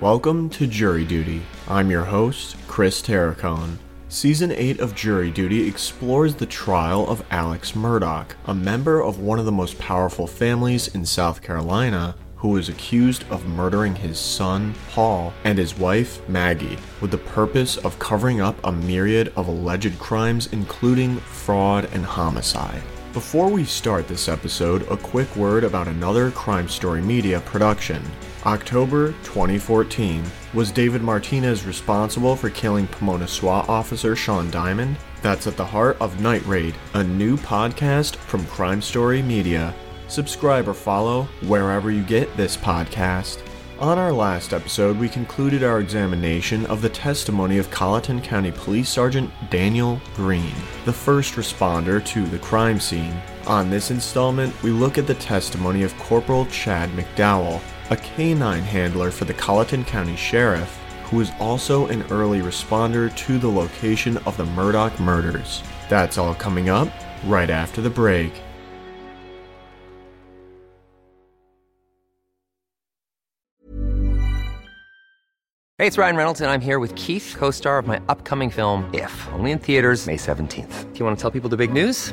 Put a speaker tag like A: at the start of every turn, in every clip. A: Welcome to Jury Duty. I'm your host, Chris Terracon. Season 8 of Jury Duty explores the trial of Alex Murdoch, a member of one of the most powerful families in South Carolina, who is accused of murdering his son, Paul, and his wife, Maggie, with the purpose of covering up a myriad of alleged crimes, including fraud and homicide. Before we start this episode, a quick word about another Crime Story Media production. October 2014 was David Martinez responsible for killing Pomona SWAT officer Sean Diamond? That's at the heart of Night Raid, a new podcast from Crime Story Media. Subscribe or follow wherever you get this podcast. On our last episode, we concluded our examination of the testimony of Colleton County Police Sergeant Daniel Green, the first responder to the crime scene. On this installment, we look at the testimony of Corporal Chad McDowell, a canine handler for the Colleton County Sheriff, who was also an early responder to the location of the Murdoch murders. That's all coming up right after the break.
B: Hey, it's Ryan Reynolds, and I'm here with Keith, co star of my upcoming film, If, only in theaters, May 17th. Do you want to tell people the big news?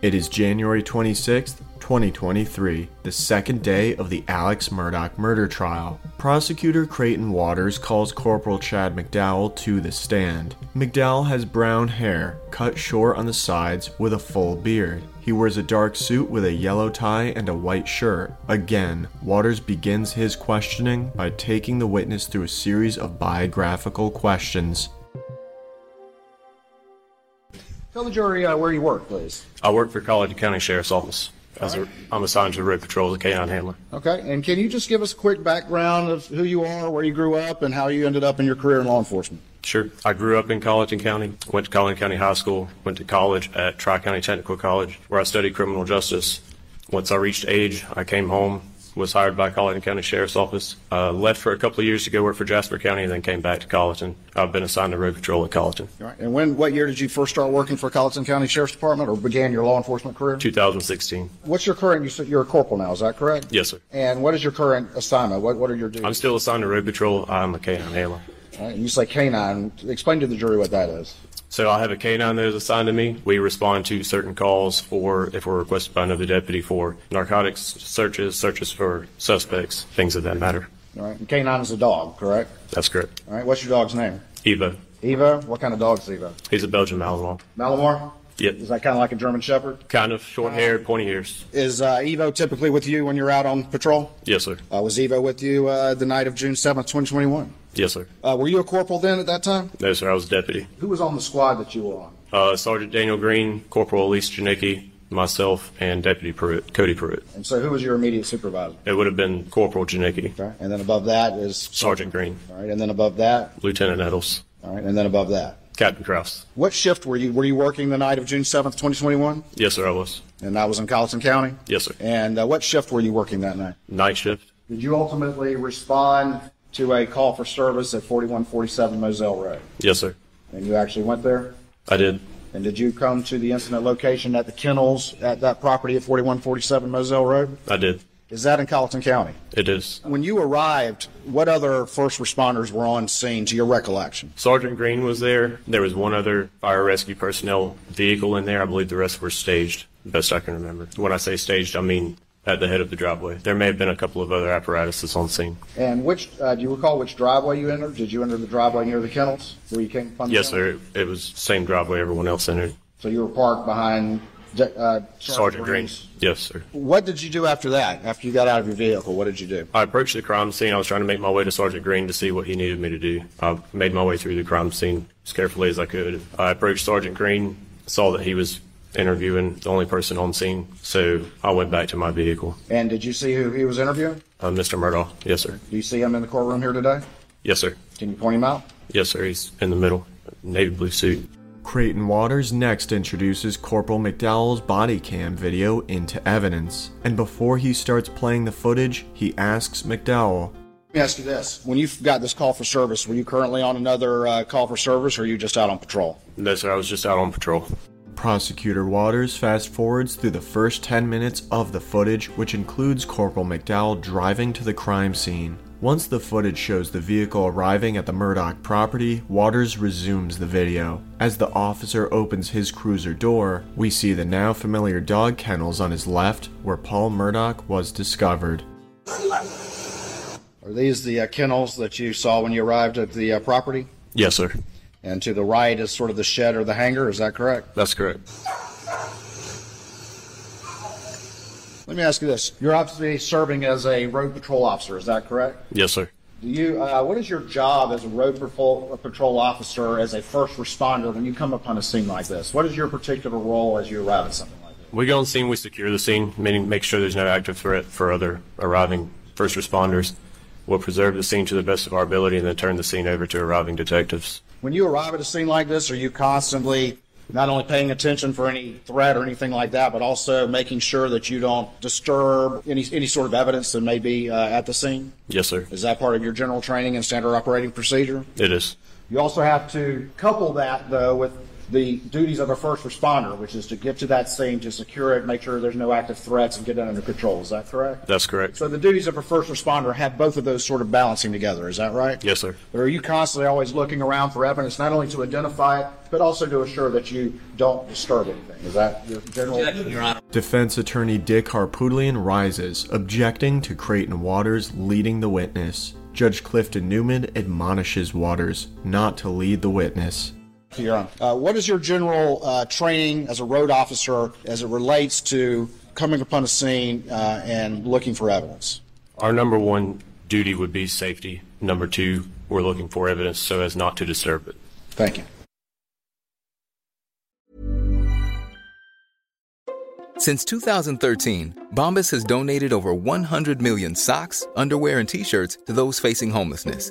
A: It is January 26th, 2023, the second day of the Alex Murdoch murder trial. Prosecutor Creighton Waters calls Corporal Chad McDowell to the stand. McDowell has brown hair, cut short on the sides, with a full beard. He wears a dark suit with a yellow tie and a white shirt. Again, Waters begins his questioning by taking the witness through a series of biographical questions.
C: Tell the jury uh, where you work, please.
D: I work for Colleton County Sheriff's Office. As a, I'm assigned to the Road Patrol, the canine handler.
C: Okay, and can you just give us a quick background of who you are, where you grew up, and how you ended up in your career in law enforcement?
D: Sure. I grew up in Colleton County, went to Colleton County High School, went to college at Tri County Technical College, where I studied criminal justice. Once I reached age, I came home, was hired by Colleton County Sheriff's Office, uh, left for a couple of years to go work for Jasper County, and then came back to Colleton. I've been assigned to Road Patrol at Colleton.
C: All right, and when, what year did you first start working for Colleton County Sheriff's Department or began your law enforcement career?
D: 2016.
C: What's your current, you said you're a corporal now, is that correct?
D: Yes, sir.
C: And what is your current assignment? What, what are your duties?
D: I'm still assigned to Road Patrol. I'm a canine handler.
C: All right, and you say canine. Explain to the jury what that is.
D: So I have a canine that is assigned to me. We respond to certain calls for, if we're requested by another deputy, for narcotics searches, searches for suspects, things of that matter.
C: All right, and canine is a dog, correct?
D: That's correct.
C: All right, what's your dog's name?
D: Evo.
C: Evo? What kind of dog is Evo?
D: He's a Belgian Malinois.
C: Malamar?
D: Yep.
C: Is that kind of like a German Shepherd?
D: Kind of short haired, pointy ears.
C: Is uh, Evo typically with you when you're out on patrol?
D: Yes, sir.
C: Uh, was Evo with you uh, the night of June 7th, 2021?
D: Yes, sir.
C: Uh, were you a corporal then at that time?
D: No, sir. I was a deputy.
C: Who was on the squad that you were on?
D: Uh, Sergeant Daniel Green, Corporal Elise Janicki, myself, and Deputy Pruitt, Cody Pruitt.
C: And so who was your immediate supervisor?
D: It would have been Corporal Janicki,
C: Okay. And then above that is
D: Sergeant Green,
C: All right. And then above that.
D: Lieutenant Nettles,
C: All right. And then above that.
D: Captain Krause.
C: What shift were you? Were you working the night of June 7th, 2021?
D: Yes, sir. I was.
C: And that was in Colleton County?
D: Yes, sir.
C: And uh, what shift were you working that night?
D: Night shift.
C: Did you ultimately respond to a call for service at 4147 Moselle Road?
D: Yes, sir.
C: And you actually went there?
D: I did.
C: And did you come to the incident location at the kennels at that property at 4147 Moselle Road?
D: I did.
C: Is that in Colleton County?
D: It is.
C: When you arrived, what other first responders were on scene to your recollection?
D: Sergeant Green was there. There was one other fire rescue personnel vehicle in there. I believe the rest were staged, best I can remember. When I say staged, I mean at the head of the driveway. There may have been a couple of other apparatuses on scene.
C: And which, uh, do you recall which driveway you entered? Did you enter the driveway near the kennels where you came from? the
D: Yes, sir.
C: kennels?
D: It, it was same driveway everyone else entered.
C: So you were parked behind De- uh, Sergeant,
D: Sergeant Green.
C: Green's.
D: Yes, sir.
C: What did you do after that? After you got out of your vehicle, what did you do?
D: I approached the crime scene. I was trying to make my way to Sergeant Green to see what he needed me to do. I made my way through the crime scene as carefully as I could. I approached Sergeant Green, saw that he was interviewing the only person on scene. So I went back to my vehicle.
C: And did you see who he was interviewing?
D: Uh, Mr. Murdaugh, yes, sir.
C: Do you see him in the courtroom here today?
D: Yes, sir.
C: Can you point him out?
D: Yes, sir. He's in the middle, navy blue suit.
A: Creighton Waters next introduces Corporal McDowell's body cam video into evidence, and before he starts playing the footage, he asks McDowell,
C: Let me ask you this. When you got this call for service, were you currently on another uh, call for service or are you just out on patrol?
D: No, sir. I was just out on patrol.
A: Prosecutor Waters fast forwards through the first 10 minutes of the footage, which includes Corporal McDowell driving to the crime scene. Once the footage shows the vehicle arriving at the Murdoch property, Waters resumes the video. As the officer opens his cruiser door, we see the now familiar dog kennels on his left where Paul Murdoch was discovered.
C: Are these the uh, kennels that you saw when you arrived at the uh, property?
D: Yes, sir.
C: And to the right is sort of the shed or the hangar, is that correct?
D: That's correct.
C: Let me ask you this. You're obviously serving as a road patrol officer, is that correct?
D: Yes, sir.
C: Do you, uh, what is your job as a road patrol, uh, patrol officer, as a first responder when you come upon a scene like this? What is your particular role as you arrive at something like this?
D: We go on scene, we secure the scene, meaning make sure there's no active threat for other arriving first responders. We'll preserve the scene to the best of our ability and then turn the scene over to arriving detectives.
C: When you arrive at a scene like this, are you constantly not only paying attention for any threat or anything like that, but also making sure that you don't disturb any, any sort of evidence that may be uh, at the scene?
D: Yes, sir.
C: Is that part of your general training and standard operating procedure?
D: It is.
C: You also have to couple that, though, with the duties of a first responder, which is to get to that scene, to secure it, make sure there's no active threats, and get it under control. Is that correct?
D: That's correct.
C: So the duties of a first responder have both of those sort of balancing together. Is that right?
D: Yes, sir.
C: But are you constantly always looking around for evidence, not only to identify it, but also to assure that you don't disturb anything? Is that your general?
A: Defense attorney Dick Harpoodlian rises, objecting to Creighton Waters leading the witness. Judge Clifton Newman admonishes Waters not to lead the witness.
C: Your Honor. Uh, what is your general uh, training as a road officer as it relates to coming upon a scene uh, and looking for evidence?
D: Our number one duty would be safety. Number two, we're looking for evidence so as not to disturb it.
C: Thank you.
E: Since 2013, Bombas has donated over 100 million socks, underwear, and t shirts to those facing homelessness.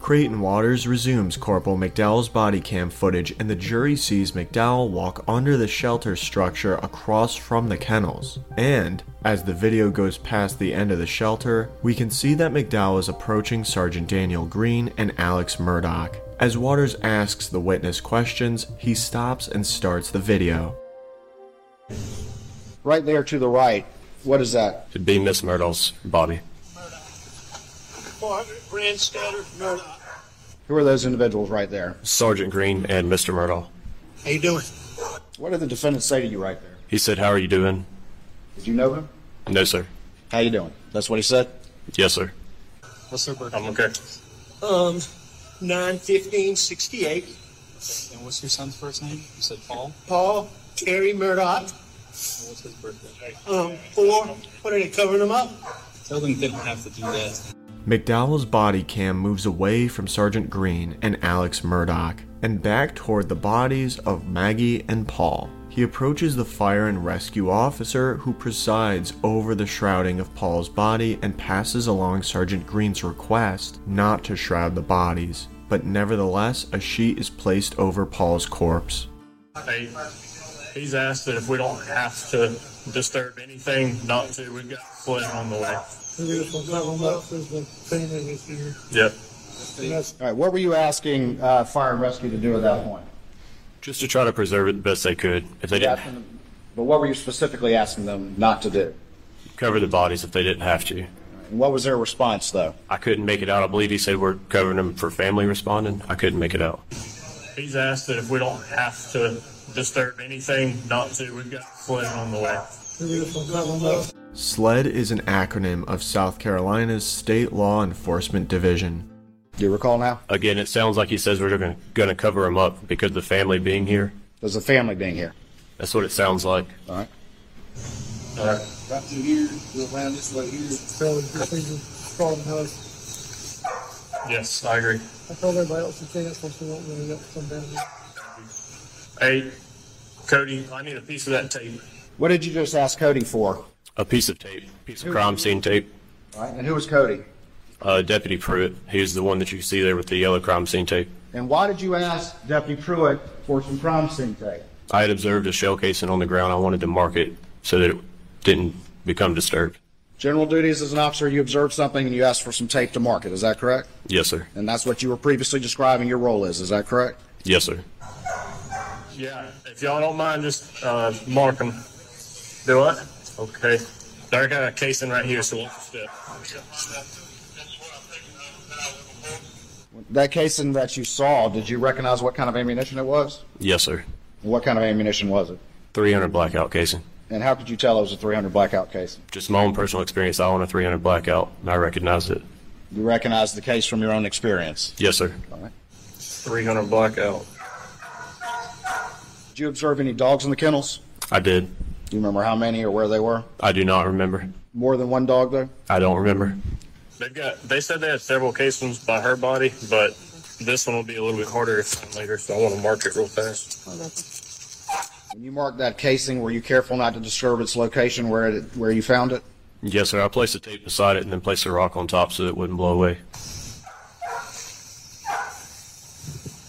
A: Creighton Waters resumes Corporal McDowell's body cam footage, and the jury sees McDowell walk under the shelter structure across from the kennels. And, as the video goes past the end of the shelter, we can see that McDowell is approaching Sergeant Daniel Green and Alex Murdoch. As Waters asks the witness questions, he stops and starts the video.
C: Right there to the right, what is that?
D: It'd be Miss Myrtle's body.
F: 400 grand scattered Murdoch.
C: Who are those individuals right there?
D: Sergeant Green and Mr. Myrtle.
F: How you doing?
C: What did the defendant say to you right there?
D: He said, How are you doing?
C: Did you know him?
D: No, sir.
C: How you doing? That's what he said.
D: Yes, sir.
F: What's up,
D: I'm okay.
F: Um, nine fifteen sixty-eight.
G: And what's your son's first name? You said Paul.
F: Paul Terry Murdoch.
G: And what's his birthday?
F: Um, four. What are they covering him up?
G: Tell them they don't have to do that.
A: McDowell's body cam moves away from Sergeant Green and Alex Murdoch and back toward the bodies of Maggie and Paul. He approaches the fire and rescue officer who presides over the shrouding of Paul's body and passes along Sergeant Green's request not to shroud the bodies, but nevertheless, a sheet is placed over Paul's corpse.
H: Hey, he's asked that if we don't have to disturb anything, not to. We've got flooding on the way.
F: Beautiful. Level up is the thing that is here.
H: Yep.
C: All right, what were you asking uh, fire and rescue to do at that point?
D: Just to try to preserve it the best they could. If they
C: You
D: didn't
C: asked them- But what were you specifically asking them not to do?
D: cover the bodies, if they didn't have to.
C: And what was their response, though?
D: I couldn't make it out. I believe he said we're covering them for family responding. I couldn't make it out.
H: He's asked that if we don't have to disturb anything, not to. We've got flooding on the way.
A: SLED E is an acronym of South Carolina's State Law Enforcement Division.
C: Do you recall now?
D: Again, it sounds like he says we're going to cover him up because of the family being here.
C: There's a family being here.
D: That's what it sounds like.
C: All right.
D: All right.
F: Right through here, go around this way here, fell into the finger, crawled in the house.
H: Yes, I agree.
F: I told everybody else to take it, so we won't really up some down here.
H: Hey, Cody, I need a piece of that tape.
C: What did you just ask Cody for?
D: A piece of tape, piece of crime scene tape.
C: All right. And who was Cody?
D: Uh, Deputy Pruitt, he's the one that you see there with the yellow crime scene tape.
C: And why did you ask Deputy Pruitt for some crime scene tape?
D: I had observed a shell casing on the ground. I wanted to mark it so that it didn't become disturbed.
C: General duties as an officer, you observe something and you ask for some tape to mark it. Is that correct?
D: Yes, sir.
C: And that's what you were previously describing your role is. Is that correct?
D: Yes, sir.
H: Yeah, if y'all don't mind, just uh, mark them. Do what? Okay. There, I got a casing right here, so what's the step?
C: That casing that you saw, did you recognize what kind of ammunition it was?
D: Yes, sir.
C: And What kind of ammunition was it?
D: 300 blackout casing.
C: And how could you tell it was a 300 blackout casing?
D: Just my own personal experience, I own a 300 blackout, and I recognized it.
C: You recognize the case from your own experience.
D: Yes, sir.
C: All right.
H: 300 blackout.
C: Did you observe any dogs in the kennels?
D: I did.
C: Do you remember how many or where they were?
D: I do not remember.
C: More than one dog, though?
D: I don't remember.
H: They've got. They said they had several casings by her body, but this one will be a little bit harder to find later. So I want to mark it real fast.
C: When you marked that casing, were you careful not to disturb its location where it, where you found it?
D: Yes, sir. I placed the tape beside it and then placed a rock on top so it wouldn't blow away.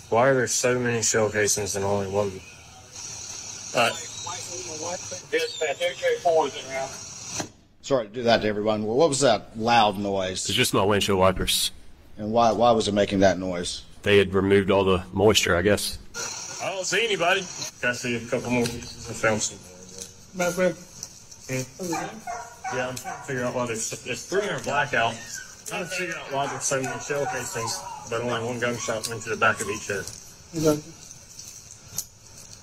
H: Why are there so many shell casings and only one? Uh,
C: Sorry to do that to everyone. Well, what was that loud
D: It's
C: noise?
D: just my windshield wipers.
C: And why, why was it making that noise?
D: They had removed all the moisture, I guess.
H: I don't see anybody. Got to see a couple more pieces. I found some.
F: My friend,
H: Yeah, I'm trying to figure out why there's it's 300 blackout. Trying to figure out why there's so many shell casings, but only one gunshot went to the back of each head.
F: you know,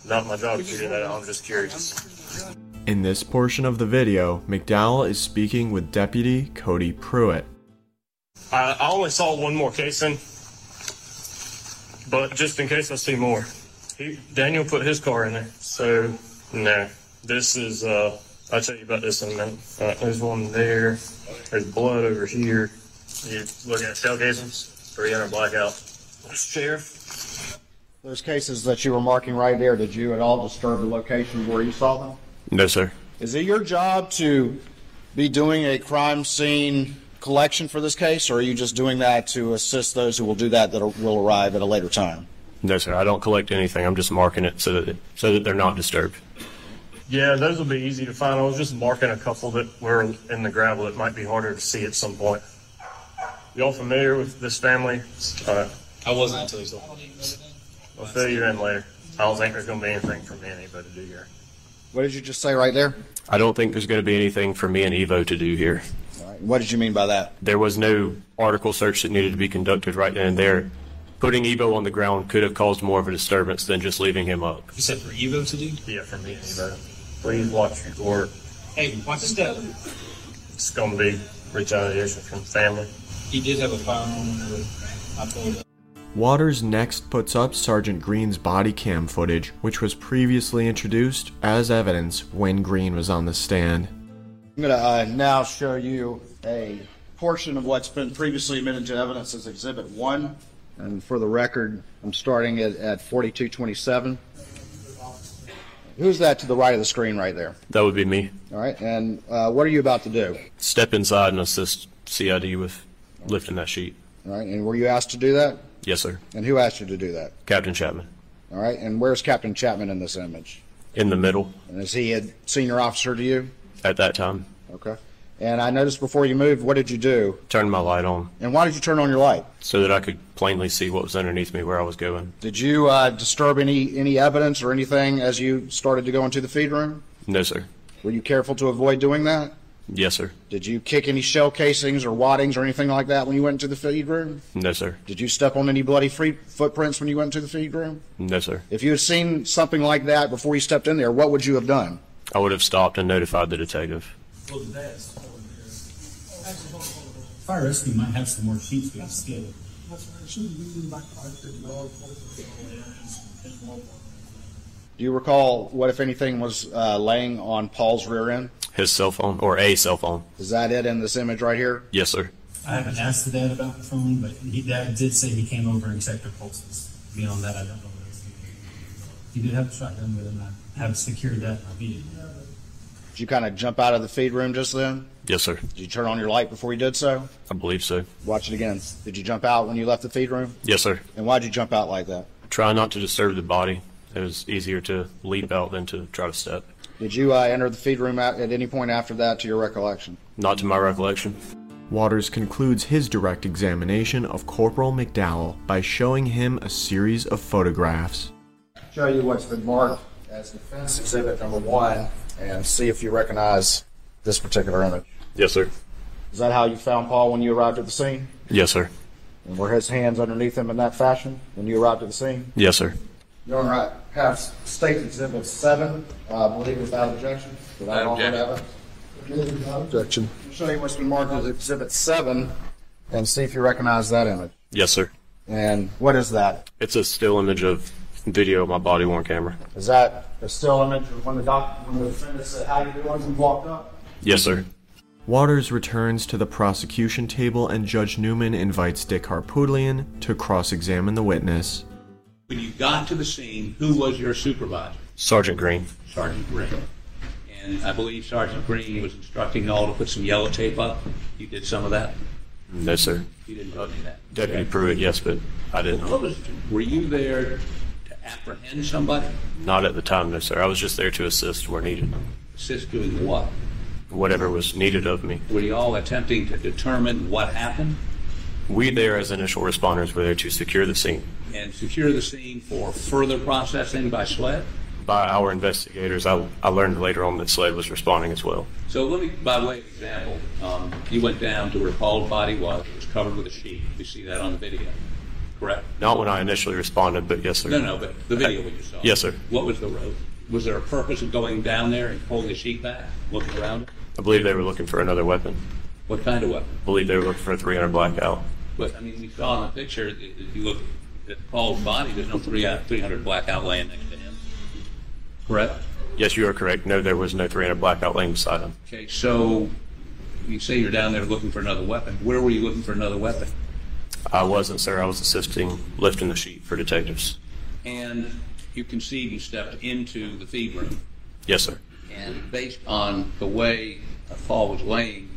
H: Not my job to figure that out. I'm just curious.
A: In this portion of the video, McDowell is speaking with Deputy Cody Pruitt.
H: I, I only saw one more casing, but just in case I see more, he, Daniel put his car in there. So, no, this is, uh, I'll tell you about this in a minute. Uh, there's one there. There's blood over here. You looking at shell casings? 300 blackout. Sheriff?
C: Those cases that you were marking right there, did you at all disturb the location where you saw them?
D: No, sir.
C: Is it your job to be doing a crime scene collection for this case, or are you just doing that to assist those who will do that that will arrive at a later time?
D: No, sir. I don't collect anything. I'm just marking it so that so that they're not disturbed.
H: Yeah, those will be easy to find. I was just marking a couple that were in the gravel that might be harder to see at some point. Y'all familiar with this family? Uh,
G: I wasn't until you told me.
H: I'll fill you in later. I don't think there's going to be anything from me and anybody to do here.
C: What did you just say right there?
D: I don't think there's going to be anything for me and Evo to do here.
C: All right. What did you mean by that?
D: There was no article search that needed to be conducted right then and there. Putting Evo on the ground could have caused more of a disturbance than just leaving him up.
G: You said for Evo to do?
H: Yeah, from me and anybody. Please watch your work.
G: Hey, watch this step.
H: It's going to be retaliation from family.
G: He did have a firearm. but I pulled up.
A: Waters next puts up Sergeant Green's body cam footage, which was previously introduced as evidence when Green was on the stand.
C: I'm going to uh, now show you a portion of what's been previously admitted to evidence as Exhibit 1. And for the record, I'm starting it at 4227. Who's that to the right of the screen right there?
D: That would be me.
C: All right. And uh, what are you about to do?
D: Step inside and assist CID with lifting that sheet.
C: All right. And were you asked to do that?
D: Yes, sir.
C: And who asked you to do that?
D: Captain Chapman.
C: All right. And where's Captain Chapman in this image?
D: In the middle
C: And is he a senior officer to you?
D: at that time.
C: Okay. And I noticed before you moved, what did you do?
D: Turned my light on
C: And why did you turn on your light?
D: so that I could plainly see what was underneath me where I was going.
C: Did you uh, disturb any, any evidence or anything as you started to go into the feed room?
D: No, sir.
C: Were you careful to avoid doing that?
D: Yes, sir.
C: Did you kick any shell casings or waddings or anything like that when you went into the feed room?
D: No, sir.
C: Did you step on any bloody free footprints when you went into the feed room?
D: No, sir.
C: If you had seen something like that before you stepped in there, what would you have done?
D: I would have stopped and notified the detective.
G: Fire rescue might have some more sheets we can steal.
C: Do you recall what, if anything, was uh, laying on Paul's rear end?
D: His cell phone, or a cell phone.
C: Is that it in this image right here?
D: Yes, sir.
G: I haven't asked the dad about the phone, but he, dad did say he came over and checked the pulses. Beyond that, I don't know what else he did. He did have a shotgun with him. I have secured that in my vehicle.
C: Did you kind of jump out of the feed room just then?
D: Yes, sir.
C: Did you turn on your light before you did so?
D: I believe so.
C: Watch it again. Did you jump out when you left the feed room?
D: Yes, sir.
C: And why'd you jump out like that?
D: Try not to disturb the body. It was easier to leap out than to try to step.
C: Did you uh, enter the feed room at, at any point after that to your recollection?
D: Not to my recollection.
A: Waters concludes his direct examination of Corporal McDowell by showing him a series of photographs.
C: Show you what's been marked as defense exhibit number one and see if you recognize this particular image.
D: Yes, sir.
C: Is that how you found Paul when you arrived at the scene?
D: Yes, sir.
C: And were his hands underneath him in that fashion when you arrived at the scene?
D: Yes, sir.
C: Your Honor, I have State Exhibit 7, uh, I believe without objection. Without objection. Without objection. Show you what's been marked as Exhibit 7 and see if you recognize that image.
D: Yes, sir.
C: And what is that?
D: It's a still image of video of my body worn camera.
C: Is that a still image of when the doctor, when the defendant said, how you doing, and walked up?
D: Yes, sir.
A: Waters returns to the prosecution table and Judge Newman invites Dick Harpoodlian to cross examine the witness.
I: When you got to the scene, who was your supervisor?
D: Sergeant Green.
I: Sergeant Green. And I believe Sergeant Green was instructing you all to put some yellow tape up. You did some of that?
D: No, sir.
I: You didn't go do that?
D: Deputy Pruitt, yes, but I
I: What
D: didn't.
I: was, were you there to apprehend somebody?
D: Not at the time, no, sir. I was just there to assist where needed.
I: Assist doing what?
D: Whatever was needed of me.
I: Were you all attempting to determine what happened
D: We there as initial responders were there to secure the scene.
I: and secure the scene for further processing by SLED?
D: By our investigators, I, I learned later on that Slade was responding as well.
I: So let me, by way of example, um, you went down to where Paul's body was. It was covered with a sheet. We see that on the video, correct?
D: Not when I initially responded, but yes, sir.
I: No, no, but the video when you saw. it.
D: Yes, sir.
I: What was the road? Was there a purpose of going down there and pulling the sheet back, looking around? it?
D: I believe they were looking for another weapon.
I: What kind of weapon?
D: I believe they were looking for a 300 blackout.
I: But I mean, we saw in the picture. i- If you look at Paul's body, there's no three three hundred black outlaying next to him. Correct.
D: Yes, you are correct. No, there was no 300 blackout laying beside him.
I: Okay, so you say you're down there looking for another weapon. Where were you looking for another weapon?
D: I wasn't, sir. I was assisting lifting the sheet for detectives.
I: And you concede you stepped into the feed room.
D: Yes, sir.
I: And based on the way Paul was laying,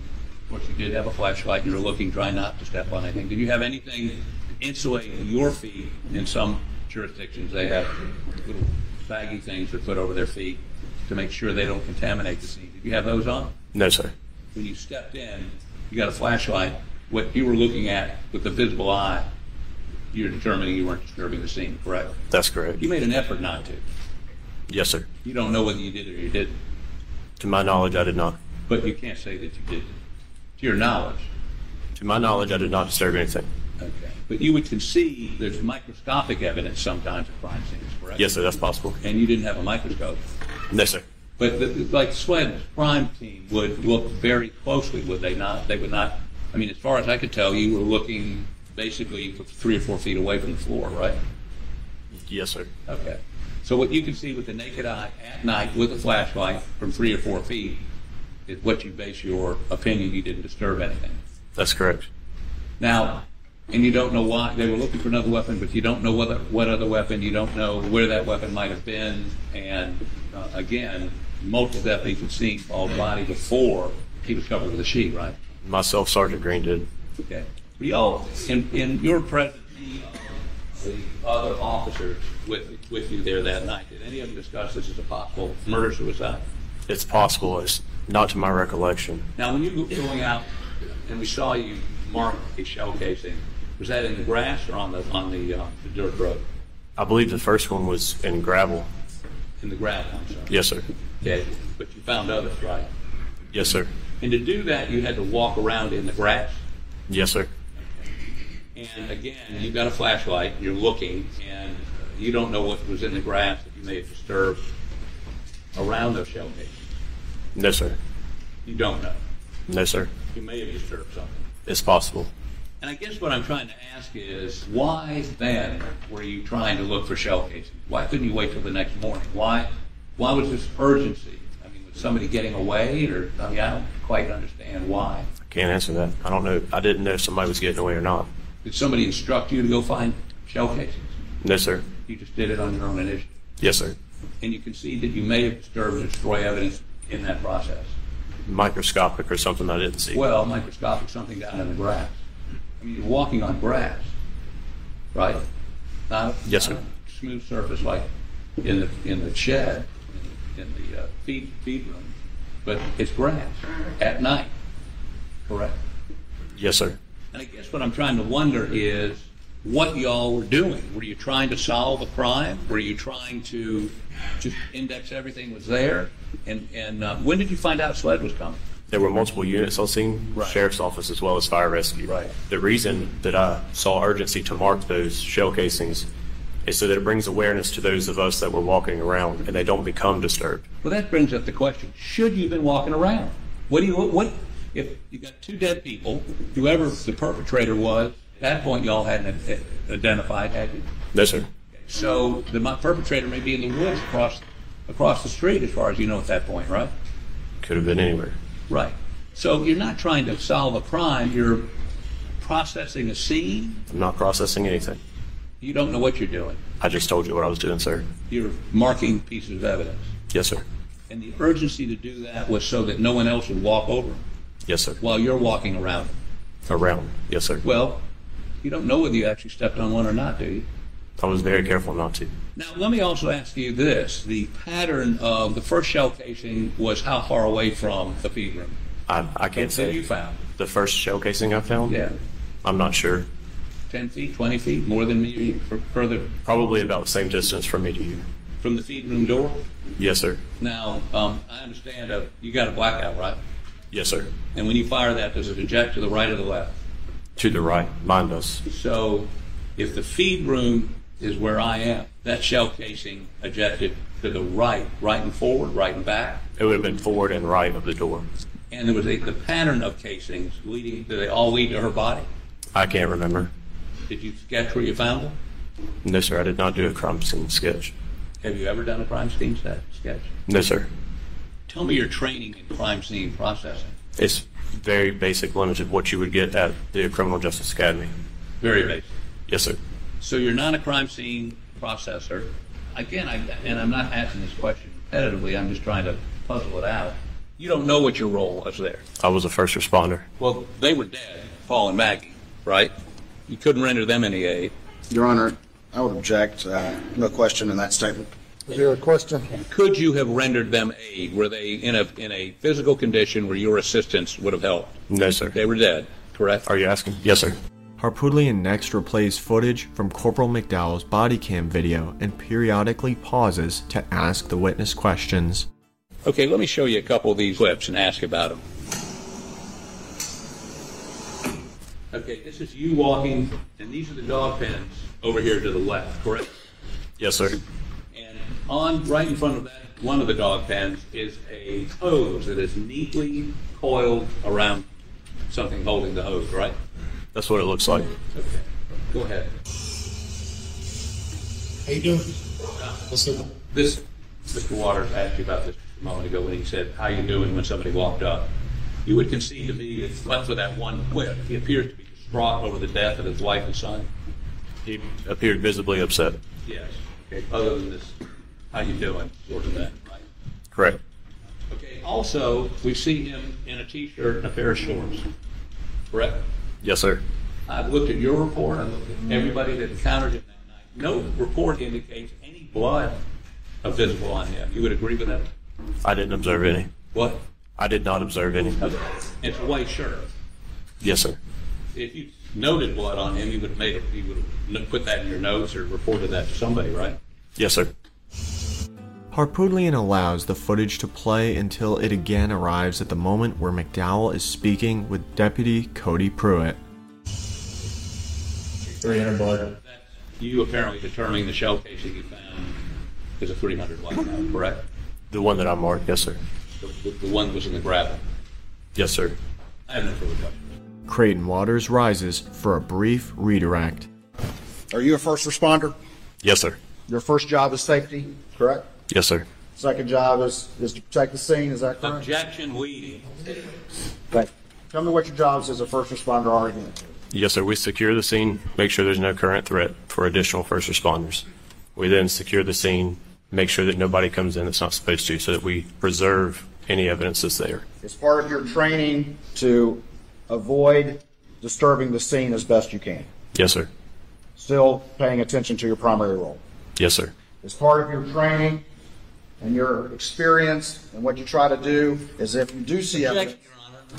I: of course, you did have a flashlight, you were looking, trying not to step on anything. Did you have anything insulating your feet? In some jurisdictions, they have little baggy things that put over their feet to make sure they don't contaminate the scene. Did you have those on?
D: No, sir.
I: When you stepped in, you got a flashlight. What you were looking at with the visible eye, you're determining you weren't disturbing the scene, correct?
D: That's correct.
I: You made an effort not to.
D: Yes, sir.
I: You don't know whether you did or you didn't.
D: To my knowledge, I did not.
I: But you can't say that you did, to your knowledge.
D: To my knowledge, I did not disturb anything.
I: Okay. But you would concede there's microscopic evidence sometimes at crime scenes, correct?
D: Yes, sir. That's possible.
I: And you didn't have a microscope.
D: No, sir.
I: But the, like SWED's crime team would look very closely, would they not? They would not. I mean, as far as I could tell, you were looking basically three or four feet away from the floor, right?
D: Yes, sir.
I: Okay. So what you can see with the naked eye at night with a flashlight from three or four feet is what you base your opinion you didn't disturb anything.
D: That's correct.
I: Now, and you don't know why they were looking for another weapon, but you don't know whether what other weapon. You don't know where that weapon might have been. And uh, again, multiple deputies had seen Paul's body before he was covered with a sheet, right?
D: Myself, Sergeant Green did.
I: Okay. Were y'all in in your presence? The other officers with with you there that night. Did any of them discuss this as a possible murder suicide?
D: It's possible. It's not to my recollection.
I: Now, when you were going out and we saw you mark a shell casing, was that in the grass or on the on the, uh, the dirt road?
D: I believe the first one was in gravel.
I: In the gravel, I'm sorry.
D: Yes, sir.
I: Okay, but you found others, right?
D: Yes, sir.
I: And to do that, you had to walk around in the grass.
D: Yes, sir.
I: And again, you've got a flashlight, you're looking, and you don't know what was in the grass that you may have disturbed around those shell cases.
D: No, sir.
I: You don't know.
D: No, sir.
I: You may have disturbed something.
D: It's possible.
I: And I guess what I'm trying to ask is, why then were you trying to look for shell casings? Why couldn't you wait till the next morning? Why, why was this urgency? I mean, was somebody getting away, or I mean, I don't quite understand why.
D: I can't answer that. I don't know. I didn't know if somebody was getting away or not.
I: Did somebody instruct you to go find shell casings?
D: No, sir.
I: You just did it on your own initiative,
D: Yes, sir.
I: and you concede that you may have disturbed and destroyed evidence in that process.
D: Microscopic or something I didn't see.
I: Well, microscopic, something down in the grass. I mean, you're walking on grass, right? Not
D: Yes, sir.
I: not a smooth surface like in the in the shed, in the, in the uh, feed feed room, but it's grass at night, correct?
D: Yes, sir.
I: And I guess what I'm trying to wonder is what y'all were doing. Were you trying to solve a crime? Were you trying to just index everything was there? And and uh, when did you find out Sled was coming?
D: There were multiple units on scene, sheriff's office as well as fire rescue. Right. The reason that I saw urgency to mark those shell casings is so that it brings awareness to those of us that were walking around and they don't become disturbed.
I: Well, that brings up the question: Should you have been walking around? What do you what if you got two dead people? Whoever the perpetrator was at that point, y'all hadn't i- identified, had you?
D: No, sir.
I: So the mo- perpetrator may be in the woods across across the street, as far as you know at that point, right?
D: Could have been anywhere.
I: Right. So you're not trying to solve a crime. You're processing a scene.
D: I'm not processing anything.
I: You don't know what you're doing.
D: I just told you what I was doing, sir.
I: You're marking pieces of evidence.
D: Yes, sir.
I: And the urgency to do that was so that no one else would walk over them
D: Yes, sir.
I: while you're walking around them.
D: Around. Yes, sir.
I: Well, you don't know whether you actually stepped on one or not, do you?
D: I was very careful not to.
I: Now, let me also ask you this. The pattern of the first shell casing was how far away from the feed room?
D: I, I can't say.
I: you found?
D: The first shell casing I found?
I: Yeah.
D: I'm not sure.
I: 10 feet, 20 feet, more than me, f- further
D: Probably about the same distance from me to you.
I: from the feed room door?
D: Yes, sir.
I: Now, um, I understand uh, you got a blackout, right?
D: Yes, sir.
I: And when you fire that, does it eject to the right or the left?
D: To the right. Mine does.
I: So if the feed room is where I am, that shell casing ejected to the right, right and forward, right and back?
D: It would have been forward and right of the door.
I: and there was a, the pattern of casings leading. Did they all lead to her body?
D: I can't remember.
I: Did you sketch where you found them?
D: No, sir. I did not do a crime scene sketch.
I: Have you ever done a crime scene set, sketch?
D: No, sir.
I: Tell me your training in crime scene processing.
D: It's very basic limits of what you would get at the Criminal Justice Academy.
I: Very basic.
D: Yes, sir.
I: So you're not a crime scene processor. Again, I, and I'm not asking this question repetitively. I'm just trying to puzzle it out. You don't know what your role was there.
D: I was a first responder.
I: Well, they were dead, Paul and Maggie, right? You couldn't render them any aid.
C: Your Honor, I would object. Uh, no question in that statement.
F: Is there a question?
I: Could you have rendered them aid? Were they in a in a physical condition where your assistance would have helped?
D: No, sir.
I: They were dead, correct?
D: Are you asking? Yes, sir.
A: Harpudlian next replays footage from Corporal McDowell's body cam video and periodically pauses to ask the witness questions.
I: Okay, let me show you a couple of these clips and ask about them. Okay, this is you walking, and these are the dog pens over here to the left, correct?
D: Yes, sir.
I: And on right in front of that, one of the dog pens is a hose that is neatly coiled around something holding the hose, right?
D: That's what it looks like.
I: Okay, go ahead.
F: How you doing? What's up?
I: This, Mr. Waters asked you about this a moment ago when he said, how you doing when somebody walked up? You would concede to me that but for that one quip, he appears to be distraught over the death of his wife and son?
D: He appeared visibly upset.
I: Yes. Okay, other than this, how you doing, sort of that, right?
D: Correct.
I: Okay, also, we see him in a t-shirt and a pair of shorts, correct?
D: Yes, sir.
I: I've looked at your report, I've looked at everybody that encountered him that night. No report indicates any blood visible on him. You would agree with that?
D: I didn't observe any.
I: What?
D: I did not observe any.
I: It's a white shirt.
D: Yes, sir.
I: If you noted blood on him, you would have made it, you would have put that in your notes or reported that to somebody, right?
D: Yes, sir.
A: Harpudlian allows the footage to play until it again arrives at the moment where McDowell is speaking with Deputy Cody Pruitt.
G: 300 blood.
I: You apparently determining the shell casing you found is a 300 white now, correct?
D: The one that I marked. Yes, sir.
I: the, the one that was in the gravel.
D: Yes, sir.
I: I have no further questions.
A: Creighton Waters rises for a brief redirect.
C: Are you a first responder?
D: Yes, sir.
C: Your first job is safety, correct?
D: Yes, sir.
C: Second job is, is to protect the scene, is that correct?
I: Objection, we.
C: Okay. Tell me what your jobs as a first responder E are again.
D: Yes, sir. We secure the scene, make sure there's no current threat for additional first responders. We then secure the scene, make sure that nobody comes in that's not supposed to, so that we preserve any evidence that's there.
C: It's part of your training to avoid disturbing the scene as best you can,
D: Yes, sir.
C: still paying attention to your primary role.
D: Yes, sir.
C: It's part of your training and your experience, and what you try to do is if you do see evidence.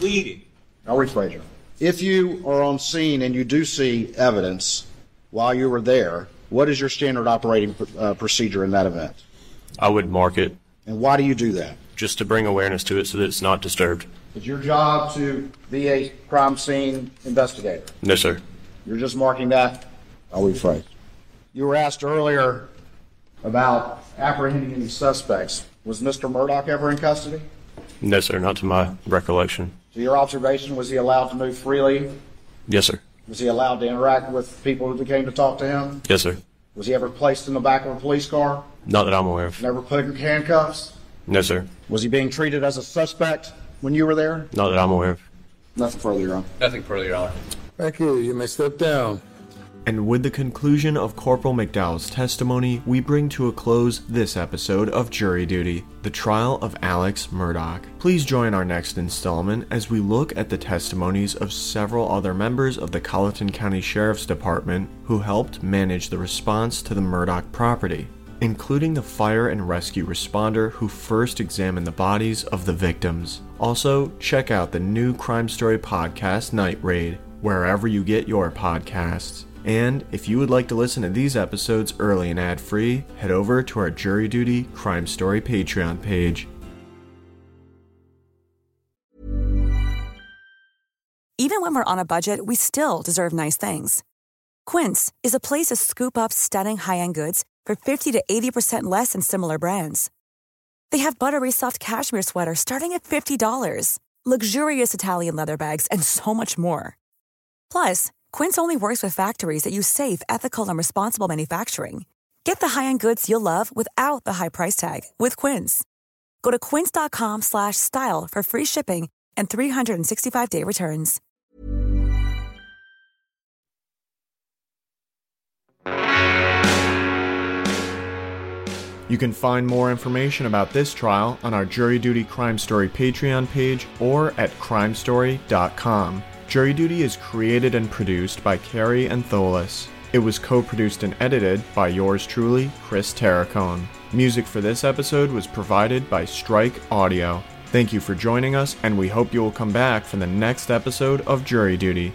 I: Leading.
C: I'll rephrase it. If you are on scene and you do see evidence while you were there, what is your standard operating pr- uh, procedure in that event?
D: I would mark it
C: And why do you do that?
D: just to bring awareness to it so that it's not disturbed.
C: It's your job to be a crime scene investigator.
D: No, sir.
C: You're just marking that. I'll rephrase. You were asked earlier about apprehending any suspects. Was Mr. Murdoch ever in custody?
D: No, sir. Not to my recollection.
C: To your observation, was he allowed to move freely?
D: Yes, sir.
C: Was he allowed to interact with people who came to talk to him?
D: Yes, sir.
C: Was he ever placed in the back of a police car?
D: Not that I'm aware of.
C: Never put in handcuffs?
D: No, sir.
C: Was he being treated as a suspect when you were there?
D: Not that I'm aware of.
C: Nothing further, Your Honor.
I: Nothing further, Your Honor.
A: Thank you. You may step down. And with the conclusion of Corporal McDowell's testimony, we bring to a close this episode of Jury Duty the trial of Alex Murdoch. Please join our next installment as we look at the testimonies of several other members of the Colleton County Sheriff's Department who helped manage the response to the Murdoch property, including the fire and rescue responder who first examined the bodies of the victims. Also, check out the new Crime Story podcast, Night Raid wherever you get your podcasts. And if you would like to listen to these episodes early and ad free, head over to our Jury Duty Crime Story Patreon page.
J: Even when we're on a budget, we still deserve nice things. Quince is a place to scoop up stunning high end goods for 50 to 80% less than similar brands. They have buttery soft cashmere sweaters starting at $50, luxurious Italian leather bags, and so much more. Plus, Quince only works with factories that use safe, ethical, and responsible manufacturing. Get the high-end goods you'll love without the high price tag with Quince. Go to quince.com/style slash style for free shipping and 365-day returns.
A: You can find more information about this trial on our Jury Duty Crime Story Patreon page or at crimestory.com. Jury Duty is created and produced by Carrie and Tholis. It was co produced and edited by yours truly, Chris Terracone. Music for this episode was provided by Strike Audio. Thank you for joining us, and we hope you will come back for the next episode of Jury Duty.